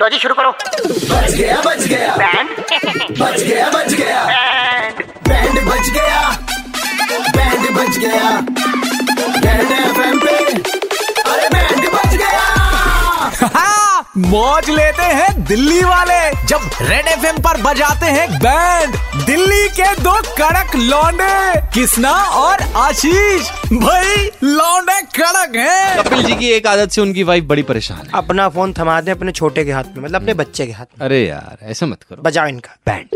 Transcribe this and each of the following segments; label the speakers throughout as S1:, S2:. S1: लो जी शुरू करो
S2: बच गया बच गया
S1: बैंड
S2: बच गया बच गया
S1: बैंड
S2: बैंड बच गया बैंड बच गया बैंड एफएम पे अरे बैंड बच गया
S3: हाँ, मौज लेते हैं दिल्ली वाले जब रेड एफ पर बजाते हैं बैंड दिल्ली के दो कड़क लौंडे किसना और आशीष भाई लौंडे कड़क हैं
S4: कपिल जी की एक आदत से उनकी वाइफ बड़ी परेशान है
S5: अपना फोन थमा दें अपने छोटे के हाथ में मतलब
S6: हम्म।
S5: अपने बच्चे के हाथ में
S4: अरे यार ऐसा मत करो
S5: बजाओ इनका
S4: बैंड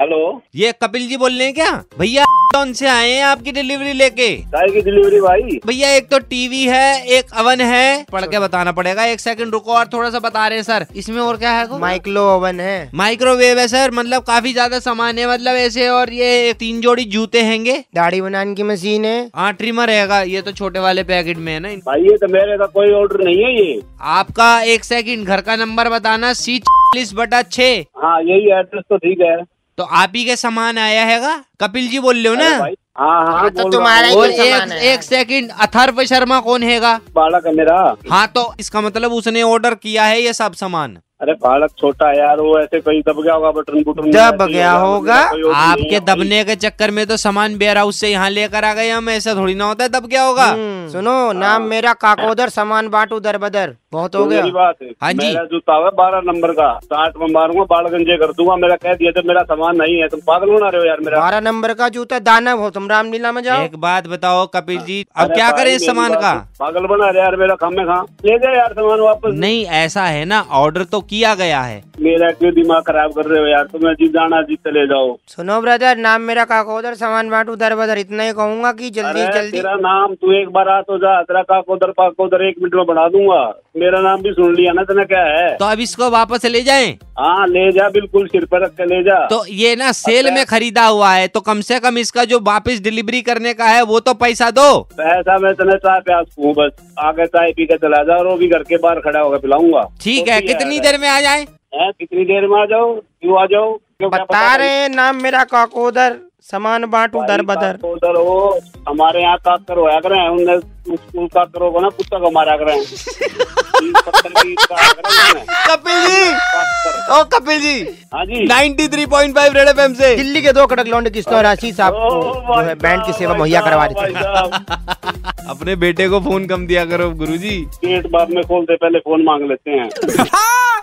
S6: हेलो
S4: ये कपिल जी बोल रहे हैं क्या भैया कौन से आए हैं आपकी डिलीवरी लेके
S6: चाय की डिलीवरी भाई
S4: भैया एक तो टीवी है एक अवन है पढ़ के बताना पड़ेगा एक सेकंड रुको और थोड़ा सा बता रहे हैं सर इसमें और क्या है को?
S5: माइक्रो ओवन है
S4: माइक्रोवेव है सर मतलब काफी ज्यादा सामान है मतलब ऐसे और ये तीन जोड़ी जूते हैंगे
S5: दाढ़ी बनाने की मशीन है
S4: हाँ ट्रिमर रहेगा ये तो छोटे वाले पैकेट में है ना
S6: भाई ये तो मेरे का कोई ऑर्डर नहीं है ये
S4: आपका एक सेकंड घर का नंबर बताना सी चालीस बटा छे
S6: हाँ यही एड्रेस तो ठीक है
S4: तो आप ही का सामान आया हैगा कपिल जी बोल रहे हो
S6: अरे
S4: ना
S6: भाई हाँ हाँ
S5: तो
S6: बोल रहा
S5: तुम्हारा
S6: हूँ।
S5: ही
S4: और
S5: कोई
S4: एक
S5: सामान आया है।
S4: एक सेकंड अथर्व शर्मा कौन हैगा
S6: बालक है मेरा
S4: हाँ तो इसका मतलब उसने ऑर्डर किया है ये सब सामान
S6: अरे बालक छोटा है यार वो ऐसे कहीं दब गया होगा बटन बुटन में,
S5: दब
S6: ऐसे ही
S5: गया होगा।
S6: मेरा कोई order नहीं
S4: आपके
S6: है भाई।
S4: दबने के चक्कर में तो सामान वेयर हाउस से यहाँ लेकर आ गए हम ऐसा थोड़ी ना होता है दब क्या होगा
S6: हम्म।
S5: सुनो नाम मेरा काकोदर सामान बांटू दर बदर बहुत हो
S6: हाँ। तो
S5: गया
S6: मेरी बात है
S4: हाँ जी।
S6: मेरा जूता हुआ बारह नंबर का साठ में मारूंगा बाल गंजे कर दूंगा मेरा कह दिया था मेरा सामान नहीं है तुम पागल होना रहे हो यार मेरा
S5: बारह नंबर का जूता दानव हो तुम रामलीला में जाओ
S4: एक बात बताओ कपिल जी अब
S6: अरे
S4: क्या
S6: भाई,
S4: करें इस
S6: मेरी
S4: सामान
S6: बात
S4: का
S6: है। पागल बना रहे यार मेरा खामे खा ले जाए यार सामान वापस
S4: नहीं ऐसा है ना ऑर्डर तो किया गया है
S6: मेरा क्यों दिमाग खराब कर रहे हो यार तुम्हें जी जाना जी चले जाओ
S5: सुनो ब्रदर नाम मेरा काकोदर सामान बांटू दर बदर इतना ही कहूंगा कि जल्दी
S6: अरे
S5: जल्दी
S6: तेरा नाम तू एक बार आ तो जा तेरा काको दर पाको दर एक मिनट में बना दूंगा मेरा नाम भी सुन लिया ना तेने क्या है
S4: तो अब इसको वापस ले जाएं
S6: हाँ ले जा बिल्कुल सिर पर रख के ले जा
S4: तो ये ना सेल
S6: अच्छा।
S4: में खरीदा हुआ है तो कम से कम इसका जो वापस डिलीवरी करने का है वो तो पैसा दो
S6: पैसा मैं तेने चाय प्यास हूँ बस आगे चाय पी के चला जा और वो भी घर के बाहर खड़ा होकर पिलाऊंगा
S4: ठीक
S6: तो
S4: है
S6: भी
S4: कितनी
S6: यार।
S4: देर में आ जाए
S6: हैं, कितनी देर में आ जाओ क्यों आ जाओ क्यों क्या
S5: बता
S6: पता
S5: रहे हैं नाम मेरा काकोदर सामान बांटू
S6: भाई, तो-
S5: दर बदर
S6: काको दर वो हमारे यहाँ काकर होया करे हैं उनने स्कूल काकर होगा ना कुत्ता को मारा करे हैं तीन पत्थर की काकर होया करे हैं।
S4: कपिल जी
S6: काकर।
S4: ओ कपिल जी
S6: हाँ जी
S4: 93.5 रेड एफएम से
S5: दिल्ली के दो कड़क लौंडे किस्तों और आशीष साहब को जो है बैंड की सेवा मुहैया करवा देते हैं
S6: हैं
S4: अपने बेटे को फोन कम दिया करो गुरुजी
S6: पेट बाद में खोलते पहले फोन मांग लेते हैं
S3: हाँ,